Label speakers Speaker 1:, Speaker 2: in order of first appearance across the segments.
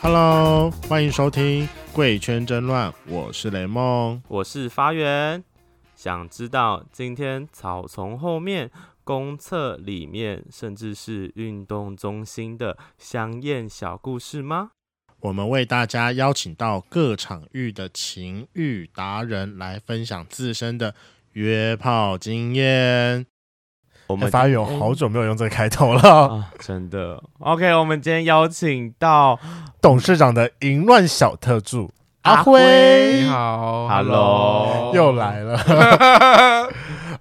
Speaker 1: Hello，欢迎收听《贵圈争乱》，我是雷梦。
Speaker 2: 我是发源。想知道今天草丛后面、公厕里面，甚至是运动中心的香艳小故事吗？
Speaker 1: 我们为大家邀请到各场域的情欲达人来分享自身的约炮经验。
Speaker 2: 我们
Speaker 3: 哎发源，我
Speaker 2: 今
Speaker 3: 好久没有用这个开头了。
Speaker 2: 啊，真的。OK，我们今天邀请到
Speaker 3: 董事长的淫乱小特助
Speaker 2: 阿
Speaker 3: 阿
Speaker 2: 辉
Speaker 3: 辉，
Speaker 4: 你好
Speaker 2: Hello
Speaker 3: 又来了。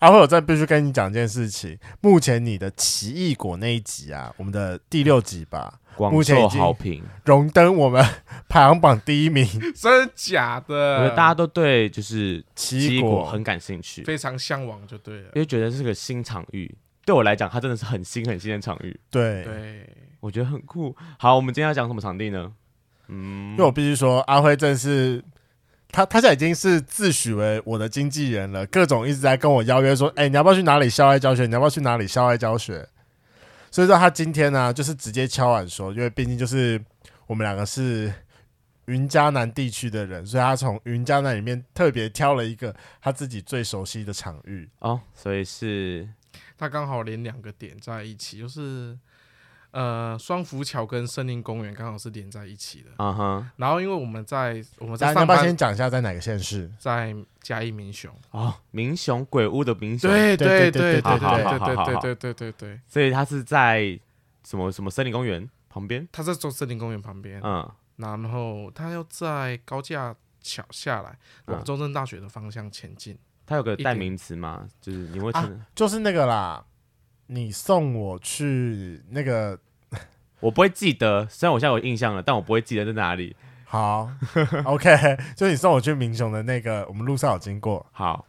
Speaker 3: 阿辉，我再必须跟你讲一件事情。目前你的奇异果那一集啊，我们的第六集吧，
Speaker 2: 广
Speaker 3: 目前
Speaker 2: 受
Speaker 3: 已经
Speaker 2: 好评，
Speaker 3: 荣登我们排行榜第一名。
Speaker 4: 真的假
Speaker 2: 我
Speaker 4: 的？
Speaker 2: 觉得大家都对就是
Speaker 3: 啊奇
Speaker 2: 异
Speaker 3: 异
Speaker 2: 果
Speaker 3: 果
Speaker 2: 很感兴趣，
Speaker 4: 非常向往就对了。
Speaker 2: 因为觉得是个新场域。对我来讲，它真的是很新很新的场域，
Speaker 3: 对，
Speaker 4: 对，
Speaker 2: 我觉得很酷。好，我们今天要讲什么场地呢？嗯
Speaker 3: 因为我必须说，阿辉真是。他他现在已经是自诩为我的经纪人了，各种一直在跟我邀约说，哎、你要不要去哪里校外教学？你要不要去哪里校外教学？所以说他今天呢、就是直接敲碗说，因为毕竟就是我们两个是云嘉南地区的人，所以他从云嘉南里面特别挑了一个他自己最熟悉的场域。
Speaker 2: 哦，所以是
Speaker 4: 它刚好连两个点在一起，就是呃双福桥跟森林公园刚好是连在一起的。
Speaker 2: 啊哈
Speaker 4: 然后因为我们在我们在
Speaker 3: 大家要
Speaker 4: 上
Speaker 3: 不要
Speaker 4: 班
Speaker 3: 先，讲一下在哪个县市？
Speaker 4: 在嘉义民雄。
Speaker 2: 哦，民雄鬼屋的民雄，
Speaker 4: 啊对
Speaker 3: 对对
Speaker 4: 对对
Speaker 2: 对
Speaker 4: 对
Speaker 2: 好好好好好
Speaker 4: 对对对对对，
Speaker 2: 所以它是在什么什么森林公园旁边，
Speaker 4: 它在中森林公园旁边，
Speaker 2: 嗯，
Speaker 4: 然后它要在高架桥下来往
Speaker 2: 嗯
Speaker 4: 中正大学的方向前进。
Speaker 2: 它有个
Speaker 4: 一
Speaker 2: 代
Speaker 4: 点啊
Speaker 2: 名词嘛，就是你会称、
Speaker 3: 就是那个啦，你送我去那个
Speaker 2: 我不会记得，虽然我现在有印象了，但我不会记得在哪里。
Speaker 3: 好，OK，就是你送我去民雄的那个，我们路上有经过，
Speaker 2: 好，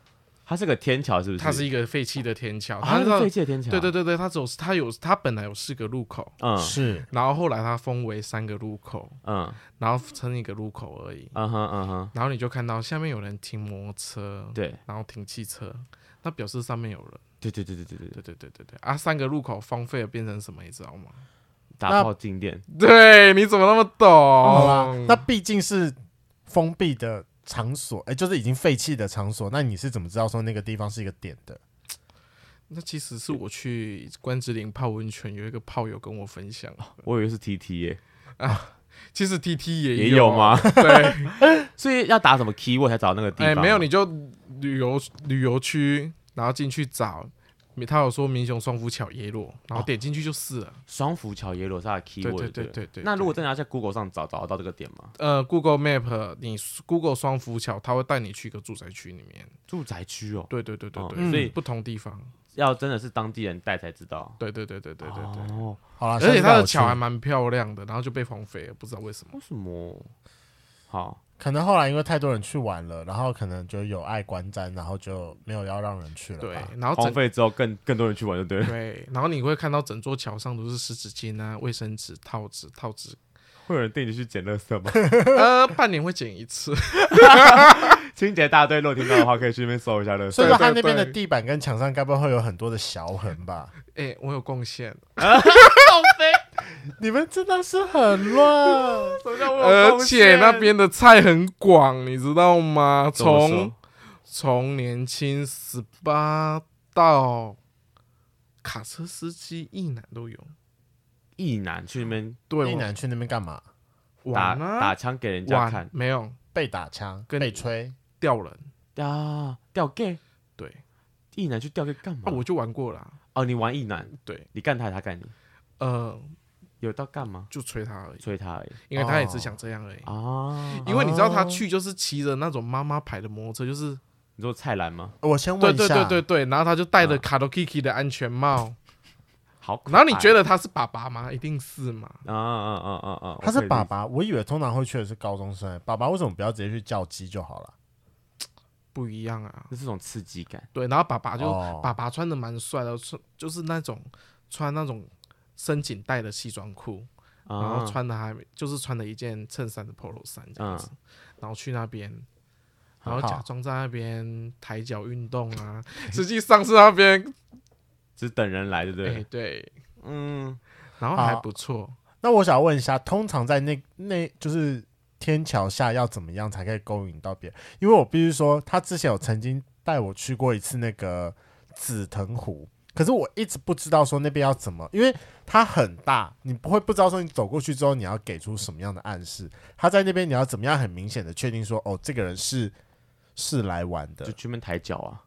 Speaker 2: 它是个天桥，是不是？
Speaker 4: 它是一个废弃的天桥，
Speaker 2: 哦它是个
Speaker 4: 让
Speaker 2: 废弃的天桥，
Speaker 4: 对对，对对，它只有它有它本来有四个入口，
Speaker 2: 嗯
Speaker 3: 是
Speaker 4: 然后后来它封为三个入口，
Speaker 2: 嗯
Speaker 4: 然后成一个入口而已。
Speaker 2: 嗯哼嗯哼，
Speaker 4: 然后你就看到下面有人停摩托车，，
Speaker 2: 对
Speaker 4: 然后停汽车，那表示上面有人。
Speaker 2: 对对对对对对对
Speaker 4: 对，对对对对，啊，三个入口荒废了变成什么，你知道吗？
Speaker 2: 打
Speaker 3: 那
Speaker 2: 炮静电，
Speaker 4: 对，你怎么那么
Speaker 3: 好啦
Speaker 4: 懂？，
Speaker 3: 那毕竟是封闭的场所，哎、就是已经废弃的场所，那你是怎么知道说那个地方是一个点的？
Speaker 4: 那其实是我去关之琳泡温泉，有一个炮友跟我分享，
Speaker 2: 我以为是 T T 耶，
Speaker 4: 其实 T T 也
Speaker 2: 也
Speaker 4: 有啊
Speaker 2: 有吗？
Speaker 4: 对，
Speaker 2: 所以要打什么 key 我才找到那个地
Speaker 4: 哎，
Speaker 2: 方？
Speaker 4: 没有你就旅游旅游区，然后进去找。他有说民雄双福巧耶洛，然
Speaker 2: 哦
Speaker 4: 后点进去就是了。
Speaker 2: 双浮桥耶罗是它的 key
Speaker 4: 对
Speaker 2: word，
Speaker 4: 对对
Speaker 2: 不
Speaker 4: 对对。
Speaker 2: 那如
Speaker 4: 对
Speaker 2: 果真的要在 Google 上找，找得到这个点吗？
Speaker 4: 呃，Google Map，你 Google 双浮桥，它会带你去一个住宅区里面。
Speaker 2: 住宅区哦，
Speaker 4: 对对对对
Speaker 2: 哦
Speaker 4: 对，
Speaker 2: 所以
Speaker 4: 不同地方。
Speaker 2: 要真的是当地人带才知道。
Speaker 4: 对对对对对对对。
Speaker 2: 哦，
Speaker 3: 好啦，
Speaker 4: 而且它的
Speaker 3: 下次带
Speaker 4: 桥
Speaker 3: 我
Speaker 4: 还
Speaker 3: 去
Speaker 4: 蛮漂亮的，然后就被荒废了，不知道为什么。
Speaker 2: 为什么？好，
Speaker 3: 可能后来因为太多人去玩了，然后可能就有碍观瞻，然后就没有要让人去了
Speaker 4: 对
Speaker 3: 吧。，
Speaker 4: 然后
Speaker 2: 荒
Speaker 4: 整
Speaker 2: 废之后更更多人去玩就对 了，
Speaker 4: 对，然后你会看到整座桥上都是湿纸巾啊、卫生纸、套纸、套 纸。
Speaker 2: 会有人定你去捡垃圾吗？
Speaker 4: 呃，半年会剪一次。
Speaker 2: 清洁大队若听到的话，可以去那边搜一下垃
Speaker 3: 所以说，
Speaker 2: 圾。
Speaker 4: 对
Speaker 3: 它那
Speaker 4: 对
Speaker 3: 边的
Speaker 4: 对
Speaker 3: 地板跟墙上该不会有很多的小痕吧？
Speaker 4: 哎，我有贡献。
Speaker 3: 你们真的是很乱。
Speaker 4: 而且那边的菜很广，你知道吗？
Speaker 2: 怎么说
Speaker 4: 从从年轻十八到卡车司机、一男都有。
Speaker 2: 意男去那边
Speaker 4: 对，
Speaker 3: 一男去那边干嘛？
Speaker 2: 打
Speaker 4: 玩
Speaker 2: 打
Speaker 4: 啊，
Speaker 2: 枪给人家
Speaker 4: 玩
Speaker 2: 看
Speaker 4: 没有
Speaker 3: 被打枪，
Speaker 4: 跟
Speaker 3: 被吹。
Speaker 4: 吊人。
Speaker 2: 啊，钓 gay，
Speaker 4: 对，
Speaker 2: 意男去钓 gay 干嘛
Speaker 4: 啊，？
Speaker 3: 嗯
Speaker 4: 我就玩过了啊。
Speaker 2: 哦，你玩意男，
Speaker 4: 对，
Speaker 2: 你干他，他干你，
Speaker 4: 呃，
Speaker 2: 有到干嘛？
Speaker 4: 就吹他而已，
Speaker 2: 吹他而已
Speaker 4: 因为他也只
Speaker 3: 哦
Speaker 4: 想这样而已。
Speaker 2: 啊！
Speaker 4: 因为你知道他
Speaker 3: 哦
Speaker 4: 去就是骑着那种妈妈牌的摩托车，就是
Speaker 2: 你说菜篮吗？
Speaker 3: 我先哦
Speaker 4: 对
Speaker 3: 问一
Speaker 4: 对
Speaker 3: 下，嗯
Speaker 4: 对对对，然后他就戴着
Speaker 2: 啊
Speaker 4: 卡 a k i k i 的安全帽，
Speaker 2: 好可爱，
Speaker 4: 然后你觉
Speaker 2: 得
Speaker 4: 得他是爸爸吗？一定是嘛。
Speaker 2: 啊啊啊啊啊！
Speaker 3: 他
Speaker 2: 我
Speaker 3: 是
Speaker 2: 可以
Speaker 3: 爸
Speaker 2: 理解，
Speaker 3: 爸，我以为通常会去的是高中生、爸爸为什么不要直接去叫鸡就好了？
Speaker 4: 不一样啊。
Speaker 2: 这是种刺激感。
Speaker 4: 对，然后爸啊爸就、
Speaker 3: 哦
Speaker 4: 爸爸穿的蛮帅的，穿就是那种穿那种深紧带的西装裤，
Speaker 2: 然
Speaker 4: 然后哦穿的还就是穿的一件衬衫的 polo 衫
Speaker 2: 嗯啊
Speaker 4: 这样子，然后去那边，然后
Speaker 3: 好
Speaker 4: 假装在那边抬脚运动 啊，实际上是那边
Speaker 2: 只等人来，对不
Speaker 4: 哎
Speaker 2: 对？
Speaker 4: 对，
Speaker 2: 嗯，
Speaker 4: 然后还
Speaker 3: 好
Speaker 4: 不错，
Speaker 3: 那我想问一下，通常在那那就是天桥下要怎么样才可以勾引到别人？因为我必须说，他之前有曾经带我去过一次那个紫藤湖，可是我一直不知道说那边要怎么，因为它很大，你不会不知道说你走过去之后你要给出什么样的暗示。他在那边你要怎么样很明显的确定说，哦，这个人是是来玩
Speaker 2: 就
Speaker 3: 的，
Speaker 2: 去那边抬脚啊，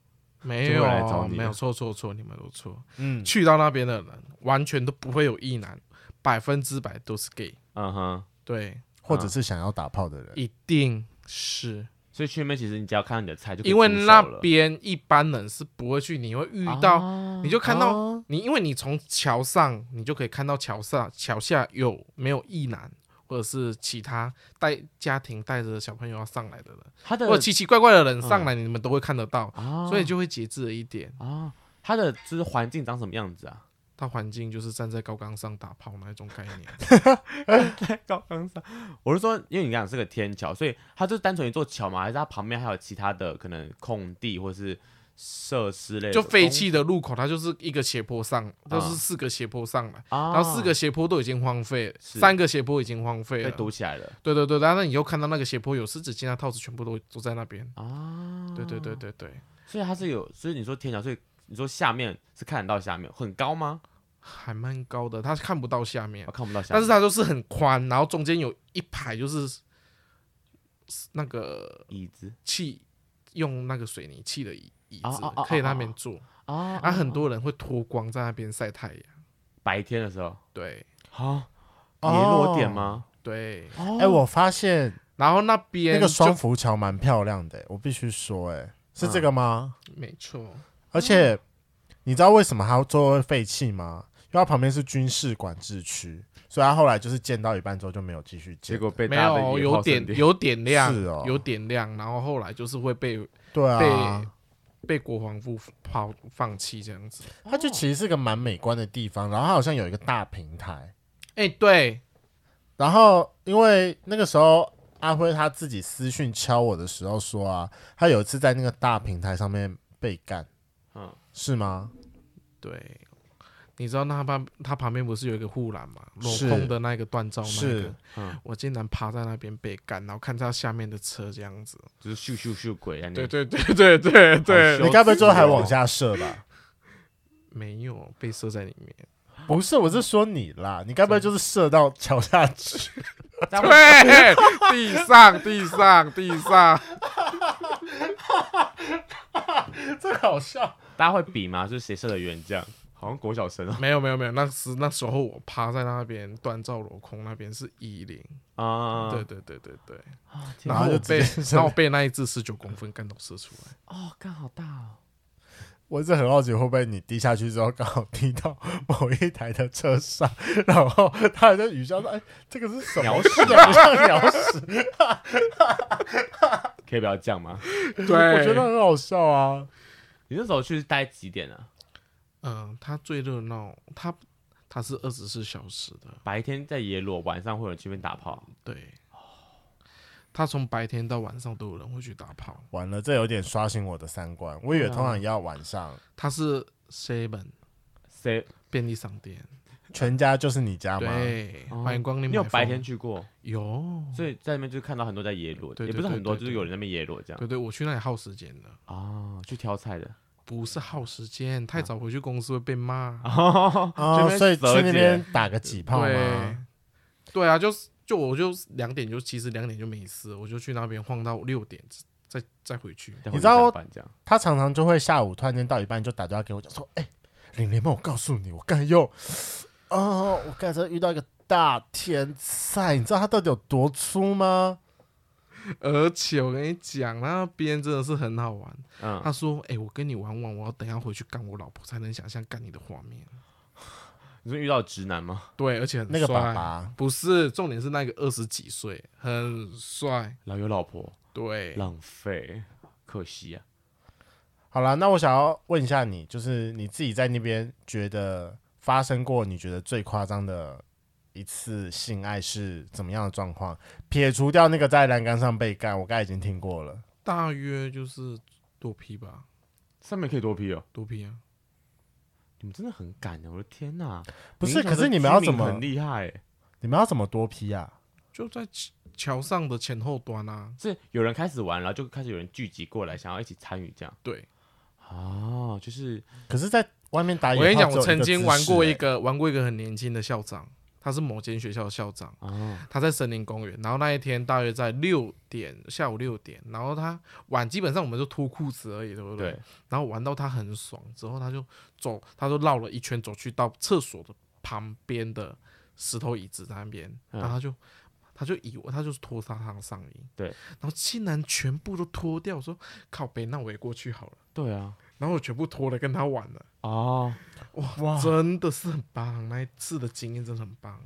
Speaker 4: 没
Speaker 2: 就会来找
Speaker 4: 有，
Speaker 2: 你啊
Speaker 4: 没有错错错，你们都错。
Speaker 3: 嗯，
Speaker 4: 去到那边的人完全都不会有异男，百分之百都是 gay，
Speaker 2: 嗯哼。
Speaker 4: 对，
Speaker 3: 或者是想要打炮的人，
Speaker 4: 一定是
Speaker 2: 所以去那边其实你只要看到你的菜就可以
Speaker 4: 因为
Speaker 2: 出手
Speaker 4: 那
Speaker 2: 了
Speaker 4: 边一般人是不会去，你会遇到，
Speaker 2: 啊
Speaker 4: 你就看到
Speaker 3: 哦
Speaker 4: 你，因为你从桥上，你就可以看到桥上桥下有没有异男。或者是其他带家庭带着小朋友要上来的人，
Speaker 2: 他的
Speaker 4: 或者奇奇怪怪的人
Speaker 2: 嗯
Speaker 4: 上来，你们都会看得到，
Speaker 2: 啊，
Speaker 4: 所以就会节制了一点。
Speaker 2: 啊，他的就是环境长什么样子啊？
Speaker 4: 大环境就是站在高岗上打炮那一种概念，
Speaker 2: 高岗上，我是说，因为你讲是个天桥，所以它就单纯一座桥嘛，还是它旁边还有其他的可能空地或是设施类的
Speaker 4: 就
Speaker 2: 东，
Speaker 4: 废弃的路口，它就是一个斜坡上，
Speaker 2: 嗯
Speaker 4: 就是四个斜坡上来，
Speaker 2: 啊，
Speaker 4: 然后四个斜坡都已经荒废，
Speaker 2: 是
Speaker 4: 三个斜坡已经荒废
Speaker 2: 被
Speaker 4: 了。
Speaker 2: 堵起来了
Speaker 4: 对对对，然后你又看到那个斜坡有湿纸巾啊、套子，全部都都在那边。
Speaker 2: 啊，
Speaker 4: 对对对，对对，
Speaker 2: 所以它是有，所以你说天桥，所以你说下面是看得到下面很高吗？
Speaker 4: 还蛮高的，它看不到下面
Speaker 2: 我、，看不到下
Speaker 4: 但
Speaker 2: 面，
Speaker 4: 是它就是很宽，然后中间有一排就是那个
Speaker 2: 椅子
Speaker 4: 砌用那个水泥砌的椅椅
Speaker 2: 哦
Speaker 4: 子
Speaker 2: 哦哦，
Speaker 4: 可以在那
Speaker 2: 哦
Speaker 4: 边
Speaker 2: 哦
Speaker 4: 坐。
Speaker 2: 啊
Speaker 4: 啊，很多人会脱光在那边晒太阳。
Speaker 2: 白天的时候
Speaker 4: 对
Speaker 2: 啊，
Speaker 3: 哦
Speaker 2: 也落点？吗？
Speaker 4: 对，
Speaker 2: 哦
Speaker 3: 哎、我发现
Speaker 4: 然后那
Speaker 3: 那
Speaker 4: 边
Speaker 3: 个
Speaker 4: 就
Speaker 3: 双浮桥蛮漂亮的、我必须说、哎，是
Speaker 2: 嗯
Speaker 3: 这个吗？
Speaker 4: 没错，
Speaker 3: 而且你知道为什么它最后会废弃吗？因为它旁边是军事管制区，所以它后来就是建到一半之后就没有继续建。
Speaker 2: 结果被
Speaker 4: 没
Speaker 2: 大家的
Speaker 4: 有
Speaker 2: 野
Speaker 4: 有
Speaker 2: 炮
Speaker 4: 点
Speaker 2: 闪电
Speaker 4: 有点亮，
Speaker 3: 是哦
Speaker 4: 有点亮，然后后来就是会被
Speaker 3: 对啊
Speaker 4: 被，被国防部抛放弃这样子。
Speaker 3: 它就其实是个蛮美观的地方，然后它好像有一个大平台，
Speaker 4: 哎，对，
Speaker 3: 然后因为那个时候阿辉他自己私讯敲我的时候说啊，他有一次在那个大平台上面被干，
Speaker 2: 嗯
Speaker 3: 是吗？
Speaker 4: 对，你知道那旁他旁边不是有一个护栏嘛，镂
Speaker 3: 是
Speaker 4: 空的那个锻造那
Speaker 3: 是
Speaker 4: 个，我竟然趴在那边被干，然后看到下面的车这样子。
Speaker 2: 就是咻咻咻鬼啊，你
Speaker 4: 对对对对对
Speaker 2: 对
Speaker 4: 对，
Speaker 3: 你该不会最后还往下射吧？
Speaker 4: 没有被射在里面。
Speaker 3: 不是，我是说你啦，你该不会就是射到桥下去？
Speaker 2: 大家会
Speaker 4: 对，地上地上地上，
Speaker 3: 这好笑。
Speaker 2: 大家会比吗？就是谁射的远这样，好像国小生啊
Speaker 4: 没有没有没有，那时那时候我趴在那边锻造镂空那边是一零，
Speaker 2: 啊，
Speaker 4: 对对对对对，
Speaker 2: 天
Speaker 3: 哪
Speaker 4: 啊 然后我
Speaker 3: 就直
Speaker 4: 被
Speaker 3: 接
Speaker 4: 然后我被那一只十九公分干到射出来，
Speaker 2: 哦，干好大哦，
Speaker 3: 我是很好奇，会不会你滴下去之后，刚好滴到某一台的车上， 然后他还在雨下说：“哎，这个是什么？
Speaker 2: 鸟屎
Speaker 3: 不像鸟屎。
Speaker 2: 可以不要这样吗？”
Speaker 4: 对，
Speaker 3: 我觉得很好笑啊。
Speaker 2: 你那时候去待几点啊？
Speaker 4: 嗯，它最热闹，它它是二十四小时的，
Speaker 2: 白天在耶鲁，晚上会有人去那边打炮，
Speaker 4: 对，它从白天到晚上都有人会去打炮，
Speaker 3: 完了，这有点刷新我的三观。我以为通常要晚上，
Speaker 4: 它是 seven
Speaker 2: 谁？
Speaker 4: 便利商店，
Speaker 3: 全家就是你家吗？
Speaker 4: 对，
Speaker 2: 哦
Speaker 4: 欢迎光临
Speaker 2: 你
Speaker 4: 买
Speaker 2: 有
Speaker 4: 风，
Speaker 2: 白天去过，
Speaker 4: 有。
Speaker 2: 所以在那边就看到很多在耶鲁，
Speaker 4: 对
Speaker 2: 也
Speaker 4: 对
Speaker 2: 不是很多，
Speaker 4: 对对
Speaker 2: 就是有人在那边耶鲁这样
Speaker 4: 对对，我去那里耗时间的，
Speaker 2: 啊，去挑菜的。
Speaker 4: 不是耗时间，
Speaker 2: 啊
Speaker 4: 太早回去公司会被骂。
Speaker 3: 啊，所以去那
Speaker 2: 这边
Speaker 3: 边打个几炮
Speaker 4: 对
Speaker 3: 吗？，
Speaker 4: 对啊，就是就我就两点就其实两点就没事，我就去那边晃到六点，再再回去。
Speaker 2: 你
Speaker 3: 你知道
Speaker 2: 这样
Speaker 3: 他常常就会下午突然间到一半就打电话给我讲说：“哎、玲玲梦，我告诉你，我刚才又，哦，我刚才遇到一个大天才，你知道他到底有多粗吗？
Speaker 4: 而且我跟你讲，那边真的是很好玩。他
Speaker 2: 嗯，
Speaker 4: 说：“哎、我跟你玩玩，我要等一下回去干我老婆，才能想象干你的画面。
Speaker 2: 你说遇到直男吗？”
Speaker 4: 对，而且很
Speaker 3: 那个爸
Speaker 4: 帅
Speaker 3: 爸
Speaker 4: 不是重点是那个二十几岁，很帅。
Speaker 2: 然后有老婆，
Speaker 4: 对，
Speaker 2: 浪费，可惜啊。
Speaker 3: 好啦，那我想要问一下你，就是你自己在那边觉得发生过你觉得最夸张的一次性爱是怎么样的状况？撇除掉那个在栏杆上被干，我刚才已经听过了。
Speaker 4: 大约就是多批吧，
Speaker 2: 上面可以多批哦，
Speaker 4: 多批啊。
Speaker 2: 你们真的很敢的，我的天哪！
Speaker 3: 不是，
Speaker 2: 你们
Speaker 3: 可是你们要怎
Speaker 2: 居民
Speaker 3: 么
Speaker 2: 很？厉害欸？
Speaker 3: 你你们要怎么多批啊？
Speaker 4: 就在桥桥上的前后端啊，
Speaker 2: 是有人开始玩，然后就开始有人聚集过来，想要一起参与这样。
Speaker 4: 对，
Speaker 2: 哦，就是
Speaker 3: 可是，在外面打野
Speaker 4: 我
Speaker 3: 炮
Speaker 4: 跟你讲，
Speaker 3: 只有
Speaker 4: 我曾
Speaker 3: 个
Speaker 4: 经
Speaker 3: 姿
Speaker 4: 玩过
Speaker 3: 势
Speaker 4: 一
Speaker 3: 欸，
Speaker 4: 个玩过一个很年轻的校长，他是某间学校的校长，
Speaker 2: 哦，
Speaker 4: 他在森林公园，然后那一天大约在六点下午六点，然后他晚基本上我们就脱裤子而已，对不对？
Speaker 2: 对，
Speaker 4: 然后玩到他很爽之后，他就走，他就绕了一圈走去到厕所的旁边的石头椅子那边，
Speaker 2: 嗯
Speaker 4: 然后他就。他就以为他就是脱他上上衣，
Speaker 2: 对，
Speaker 4: 然后竟然全部都脱掉，我说靠北，那我也过去好了，
Speaker 2: 对啊，
Speaker 4: 然后我全部脱了跟他玩了，
Speaker 2: 哦，
Speaker 3: 哇，
Speaker 4: 真的是很棒，那一次的经验真的很棒。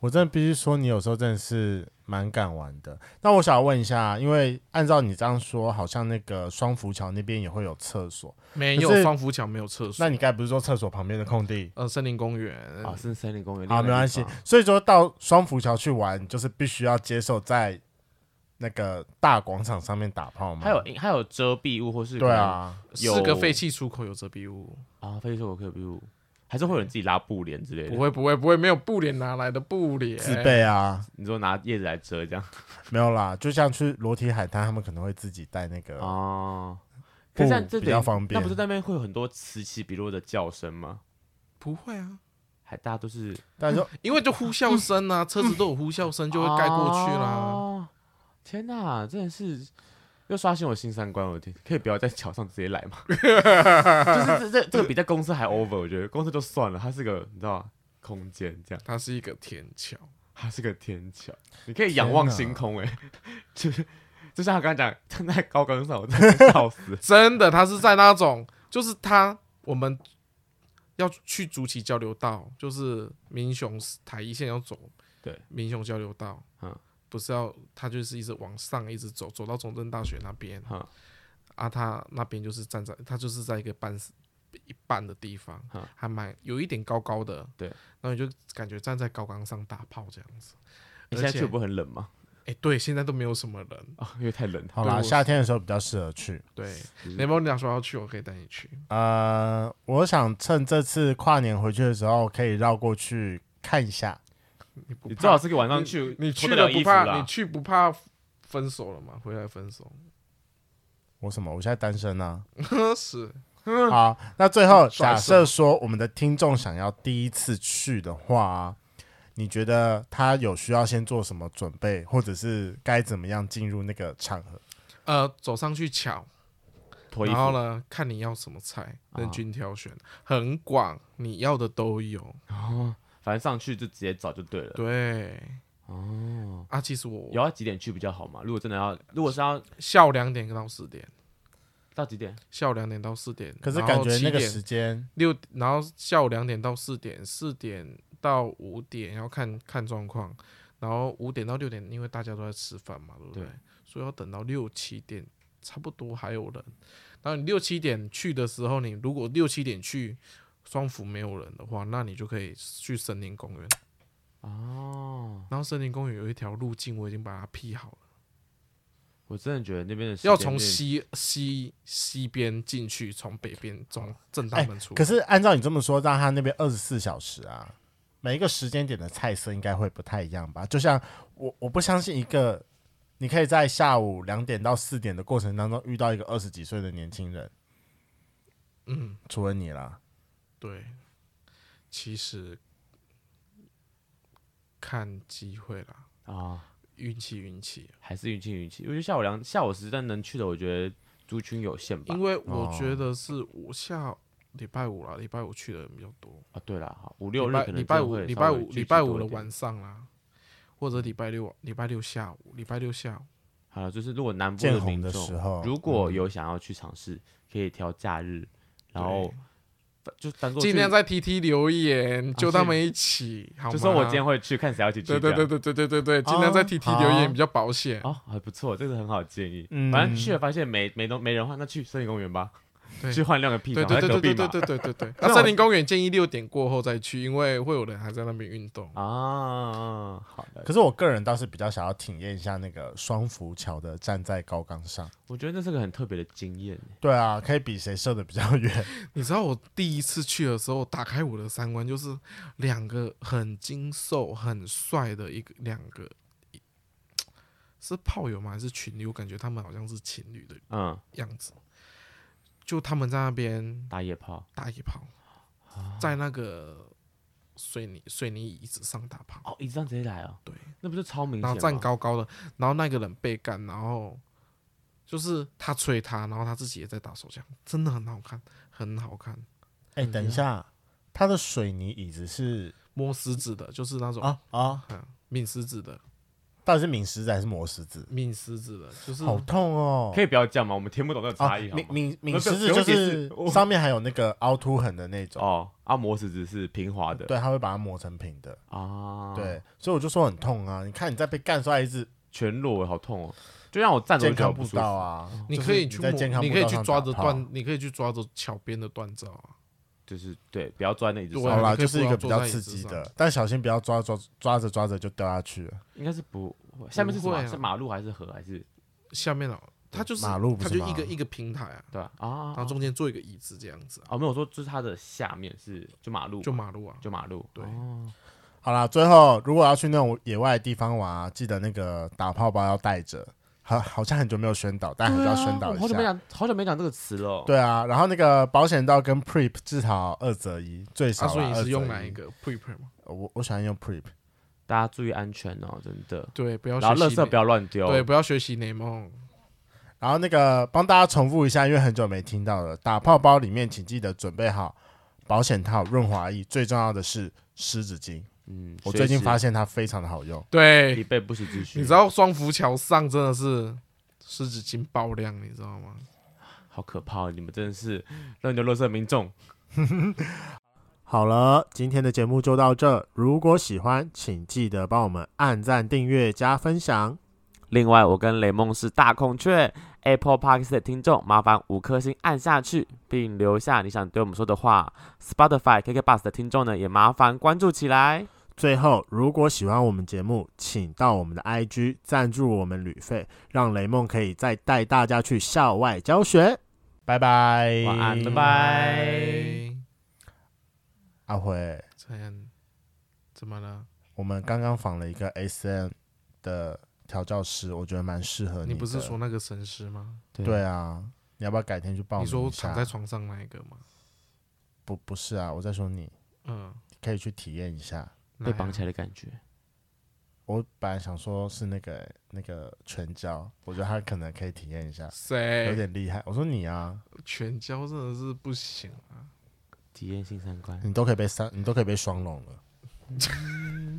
Speaker 3: 我真的必须说，你有时候真的是蛮敢玩的。那我想问一下，因为按照你这样说，好像那个双浮桥那边也会有厕所，
Speaker 4: 没
Speaker 3: 可
Speaker 4: 有
Speaker 3: 是
Speaker 4: 双浮桥，没有厕所，
Speaker 3: 那你该不是说厕所旁边的空地？
Speaker 4: 呃，森林公园，
Speaker 2: 啊，是森林公园，
Speaker 3: 嗯好，没
Speaker 2: 另外
Speaker 3: 关
Speaker 2: 一个
Speaker 3: 系
Speaker 2: 地方。
Speaker 3: 所以说到双浮桥去玩，就是必须要接受在那个大广场上面打炮吗？
Speaker 2: 还有还有遮蔽物或是
Speaker 3: 对，啊，
Speaker 2: 有
Speaker 4: 四个废弃出口有遮蔽物，
Speaker 2: 啊，非洲可比物，还是会有人自己拉布帘之类
Speaker 4: 不
Speaker 2: 的，
Speaker 4: 会不会不会，没有布帘哪来的布帘？
Speaker 3: 自备啊，
Speaker 2: 你说拿叶子来遮这样
Speaker 3: 没有啦，就像去裸体海滩，他们可能会自己带那个。
Speaker 2: 哦。
Speaker 3: 布
Speaker 2: 可是这样这
Speaker 3: 比
Speaker 2: 等于
Speaker 3: 较方便
Speaker 2: 那不是那边会有很多此起彼落的叫声吗？
Speaker 4: 不会啊，
Speaker 2: 还大家都是
Speaker 3: 但是
Speaker 4: 因为就呼啸声啊，车子都有呼啸声，就会盖过去啦。
Speaker 2: 嗯哦天哪，真的是又刷新我新三观！我的天，可以不要在桥上直接来 吗？就是这这这个比在公司还 over，我觉得公司就算了，它是个你知道吗空间这样，
Speaker 4: 它是一个天桥，。
Speaker 2: 它是个天桥，你可以仰望星空哎、就是就像他刚刚讲站在高岗上，我真的笑死
Speaker 4: 真的，它是在那种，就是它我们要去竹崎交流道，就是民雄台一线要走，
Speaker 2: 对，
Speaker 4: 民雄交流道，
Speaker 2: 嗯
Speaker 4: 嗯，不是要它就是一直往上一直走，走到中正大学那边，
Speaker 2: 哈
Speaker 4: 啊，他那边就是站在，他就是在一个半死一半的地方
Speaker 2: 嗯，
Speaker 4: 还蛮有一点高高的，
Speaker 2: 对，
Speaker 4: 然后你就感觉站在高岗上打炮这样子。
Speaker 2: 你现在
Speaker 4: 而且
Speaker 2: 去不会很冷吗？
Speaker 4: 哎、对，现在都没有什么人，
Speaker 2: 啊、因为太冷了。
Speaker 3: 好啦，
Speaker 4: 对我
Speaker 3: 夏天的时候比较适合去。
Speaker 4: 对，
Speaker 2: 就是
Speaker 4: 你有没有你想说要去，我可以带你去。
Speaker 3: 呃，我想趁这次跨年回去的时候，可以绕过去看一下。
Speaker 4: 你不
Speaker 2: 你
Speaker 4: 怕
Speaker 2: 最好是个晚上去，
Speaker 4: 你去
Speaker 2: 脱得了
Speaker 4: 不
Speaker 2: 衣服
Speaker 4: 怕，
Speaker 2: 啦
Speaker 4: 你去不怕分手了吗？回来分手
Speaker 3: 我什么？我现在单身啊。
Speaker 4: 是嗯
Speaker 3: 好，那最后
Speaker 4: 帅
Speaker 3: 假
Speaker 4: 死
Speaker 3: 设说我们的听众想要第一次去的话，你觉得他有需要先做什么准备，或者是该怎么样进入那个场合？
Speaker 4: 呃，走上去抢，
Speaker 2: 脱衣
Speaker 4: 然后
Speaker 2: 服，
Speaker 4: 呢，看你要什么菜，
Speaker 2: 啊
Speaker 4: 任君挑选，很广，你要的都有。
Speaker 2: 反正上去就直接找就对了。
Speaker 4: 对
Speaker 2: 哦，
Speaker 4: 啊，其实我
Speaker 2: 有要几点去比较好嘛？如果真的
Speaker 4: 呃
Speaker 2: 要，如果是要
Speaker 4: 下午两点到四点，
Speaker 2: 到几点？
Speaker 4: 下午两点到四点，
Speaker 3: 可是
Speaker 4: 然
Speaker 3: 感
Speaker 4: 后
Speaker 3: 觉
Speaker 4: 七
Speaker 3: 那个
Speaker 4: 点
Speaker 3: 时间，
Speaker 4: 六，然后下午两点到四点，四点到五点要看看状况，然后五点到六点，因为大家都在吃饭嘛，对不对？
Speaker 2: 对
Speaker 4: 所以要等到六七点，差不多还有人。然后你六七点去的时候，你如果六七点去双福没有人的话，那你就可以去森林公园。
Speaker 2: 哦，
Speaker 4: 然后森林公园有一条路径，我已经把它辟好了，
Speaker 2: 我真的觉得那边的时间
Speaker 4: 要
Speaker 2: 真
Speaker 4: 从
Speaker 2: 的
Speaker 4: 西西西边进去，从北边从正大
Speaker 3: 哎
Speaker 4: 门出来。
Speaker 3: 可是按照你这么说，让他那边二十四小时啊，每一个时间点的菜色应该会不太一样吧？就像我，我不相信一个。你可以在下午两点到四点的过程当中遇到一个二十几岁的年轻人，
Speaker 4: 嗯，
Speaker 3: 除了你啦，
Speaker 4: 对，其实看机会啦，
Speaker 2: 啊、
Speaker 4: 运气运气。
Speaker 2: 还是运气运气。我觉得下午两下午时段能去的，我觉得族群有限吧
Speaker 4: 因。为我
Speaker 2: 哦
Speaker 4: 觉得是我下礼拜五啦，礼拜五去的人比较多，
Speaker 2: 啊，对了，好五六
Speaker 4: 礼
Speaker 2: 日
Speaker 4: 拜
Speaker 2: 可能
Speaker 4: 礼拜
Speaker 2: 真的
Speaker 4: 五
Speaker 2: 会
Speaker 4: 礼
Speaker 2: 稍
Speaker 4: 拜
Speaker 2: 微
Speaker 4: 五
Speaker 2: 聚集
Speaker 4: 礼拜
Speaker 2: 多
Speaker 4: 五
Speaker 2: 一
Speaker 4: 的
Speaker 2: 点
Speaker 4: 晚上啦，或者礼拜六礼拜六下午，礼拜六下午
Speaker 2: 好了，就是如果南部
Speaker 3: 见
Speaker 2: 的
Speaker 3: 红
Speaker 2: 民
Speaker 3: 的时
Speaker 2: 众
Speaker 3: 候，
Speaker 2: 如果
Speaker 4: 嗯
Speaker 2: 有想要去尝试，可以挑假日，然后就当做
Speaker 4: 尽量在 TT 留言，
Speaker 2: 啊
Speaker 4: 揪
Speaker 2: 是
Speaker 4: 他们一起，好吗？
Speaker 2: 就说我今天会去，看谁要一起去。
Speaker 4: 对对对对对对对对，尽量在
Speaker 3: 哦
Speaker 4: TT 留
Speaker 3: 好
Speaker 4: 言比较保险。
Speaker 2: 哦哦，还不错，这个很好的建议。
Speaker 3: 嗯
Speaker 2: 反正去了发现没没东没人的话，那去森林公园吧。
Speaker 4: 对
Speaker 2: 去换另外一个屁
Speaker 4: 对
Speaker 2: 场，
Speaker 4: 对
Speaker 2: 在
Speaker 4: 对
Speaker 2: 隔
Speaker 4: 对
Speaker 2: 壁
Speaker 4: 对
Speaker 2: 嘛。
Speaker 4: 对对对对对。
Speaker 2: 那
Speaker 4: 那
Speaker 2: 我
Speaker 4: 森林公园建议六点过后再去，因为会有人还在那边运动。
Speaker 2: 啊，好的。
Speaker 3: 可是我个人倒是比较想要体验一下那个双浮桥的站在高岗上。
Speaker 2: 我觉得那是个很特别的经验。欸
Speaker 3: 对啊，可以比谁射的比较远。
Speaker 4: 你知道我第一次去的时候，打开我的三观，就是两个很精瘦、很帅的一个两个，是炮友吗？还是情侣？我感觉他们好像是情侣的
Speaker 2: 嗯，
Speaker 4: 样子。就他们在那边
Speaker 2: 打野炮。
Speaker 4: 打野炮，在那个水泥水泥椅子上打炮，
Speaker 2: 哦，一张直接来哦。
Speaker 4: 对，
Speaker 2: 那不是超明显
Speaker 4: 然
Speaker 2: 吗？
Speaker 4: 后站高高的，然后那个人被干，然后就是他吹他，然后他自己也在打手枪，真的很好看，很好看。
Speaker 3: 哎、等一下，它的水泥椅子是
Speaker 4: 摸狮子的，就是那种
Speaker 3: 啊啊，
Speaker 4: 嗯，敏狮子的，
Speaker 3: 到底是敏石子还是磨石子？
Speaker 4: 敏狮子的，就是
Speaker 3: 好痛哦！
Speaker 2: 可以不要这样吗？我们听不懂那个
Speaker 3: 啊，
Speaker 2: 差异好
Speaker 3: 敏
Speaker 2: 吗？
Speaker 3: 敏
Speaker 2: 不
Speaker 3: 敏
Speaker 2: 是
Speaker 3: 石子就
Speaker 2: 不用解
Speaker 3: 是
Speaker 2: 释我
Speaker 3: 上面还有那个凹凸痕的那种，
Speaker 2: 哦，阿摩石只是平滑的。
Speaker 3: 对，它会把它磨成平的。
Speaker 4: 哦
Speaker 2: 啊，，
Speaker 3: 对，所以我就说很痛啊！你看你在被干的时候还一直
Speaker 2: 全裸好痛哦，就让我站着
Speaker 3: 健
Speaker 2: 都觉得
Speaker 3: 康
Speaker 2: 不
Speaker 3: 步
Speaker 2: 舒服
Speaker 3: 道。啊，
Speaker 4: 你
Speaker 3: 就是
Speaker 4: 可以
Speaker 3: 你
Speaker 4: 去
Speaker 3: 在健
Speaker 4: 摸，
Speaker 3: 康
Speaker 4: 你
Speaker 3: 步
Speaker 4: 可以
Speaker 3: 道
Speaker 4: 去
Speaker 3: 上
Speaker 4: 抓
Speaker 3: 打
Speaker 4: 着
Speaker 3: 炮啊
Speaker 4: 断，你可以去抓着桥边的断照啊。
Speaker 2: 就是对，不要坐在那椅子
Speaker 4: 对
Speaker 2: 上
Speaker 4: 啊
Speaker 3: 好，啦，
Speaker 4: 你可
Speaker 3: 就
Speaker 4: 以
Speaker 3: 是
Speaker 4: 不
Speaker 3: 一
Speaker 4: 要
Speaker 3: 个比
Speaker 4: 坐
Speaker 3: 较
Speaker 4: 在椅
Speaker 3: 刺
Speaker 4: 子
Speaker 3: 激
Speaker 4: 上
Speaker 3: 的，但小心不要抓抓抓着抓着就掉下去了。
Speaker 2: 应该是不下面是什么
Speaker 4: 不会
Speaker 2: 啊？
Speaker 4: 啊
Speaker 2: 是马路还是河还是
Speaker 4: 下面哦，它就是
Speaker 3: 马路不
Speaker 4: 它
Speaker 3: 是
Speaker 4: 就
Speaker 3: 吗哦
Speaker 4: 一个一个平台啊，
Speaker 2: 对吧啊？
Speaker 4: 然
Speaker 2: 啊
Speaker 4: 后
Speaker 2: 啊
Speaker 4: 中间做一个椅子这样子啊，
Speaker 2: 哦，没有我说，就是它的下面是就马路，就
Speaker 4: 就马路啊。
Speaker 2: 就马路，
Speaker 4: 对
Speaker 2: 哦
Speaker 3: 好啦，最后如果要去那种野外的地方玩、啊，记得那个打泡包要带着。好，好像很久没有宣导，但还是
Speaker 2: 对
Speaker 3: 要
Speaker 2: 啊
Speaker 3: 宣导
Speaker 2: 我
Speaker 3: 一
Speaker 2: 好久没
Speaker 3: 下。
Speaker 2: 讲，好久没讲这个词了。，
Speaker 3: 对啊，然后那个保险套跟 Prep 至少二择一，最少
Speaker 4: 啊，
Speaker 3: 啦。
Speaker 4: 所以你
Speaker 3: 二择
Speaker 4: 是用哪一
Speaker 3: 一？
Speaker 4: 个 prepare 吗？
Speaker 3: 我我喜欢用 Prep。
Speaker 2: 大家注意安全哦，真的。
Speaker 4: 对，不要
Speaker 2: 然后
Speaker 4: 学
Speaker 2: 垃
Speaker 4: 习
Speaker 2: 圾不要乱
Speaker 4: 雷
Speaker 2: 丢，
Speaker 4: 对，不要学哦习雷蒙。
Speaker 3: 然后那个帮大家重复一下，因为很久没听到了。打泡包里面请记得准备好保险套、润滑液，最重要的是湿纸巾。
Speaker 2: 嗯，
Speaker 3: 我最近发现它非常的好用。
Speaker 4: 对
Speaker 2: 以，备不时之需，
Speaker 4: 你知道双浮桥上真的是湿纸巾爆量，你知道吗？
Speaker 2: 好可怕哦，你们真的是乱丢垃圾民众。
Speaker 1: 好了，今天的节目就到这。如果喜欢，请记得帮我们按赞、订阅、加分享。
Speaker 2: 另外，我跟雷梦是大孔雀 Apple Park 的听众，麻烦五颗星按下去，并留下你想对我们说的话。Spotify KK Bus 的听众呢，也麻烦关注起来。
Speaker 1: 最后，如果喜欢我们节目，请到我们的 IG 赞助我们旅费，让雷梦可以再带大家去校外教学。
Speaker 3: 拜拜，
Speaker 2: 晚安
Speaker 4: 嗯
Speaker 2: 拜拜
Speaker 3: 阿辉，
Speaker 4: 这哎样怎么了？
Speaker 3: 我们刚刚访了一个 S M 的调教师，我觉得蛮适合
Speaker 4: 你
Speaker 3: 的
Speaker 4: 不是说那个神师吗？
Speaker 3: 对啊？你要不要改天去报名
Speaker 4: 你
Speaker 3: 一
Speaker 4: 说
Speaker 3: 下
Speaker 4: 躺在床上那一个吗？
Speaker 3: 不不是啊，我在说你
Speaker 4: 嗯，
Speaker 3: 可以去体验一下。
Speaker 2: 被绑起来的感觉，
Speaker 3: 我本来想说是那个那个全教，我觉得他可能可以体验一下
Speaker 4: 来啊，，
Speaker 3: 有
Speaker 4: 谁？
Speaker 3: 点厉害。我说你啊，
Speaker 4: 全交真的是不行啊！
Speaker 2: 体验性三观。
Speaker 3: 你都可以被三，你都可以被双龙了。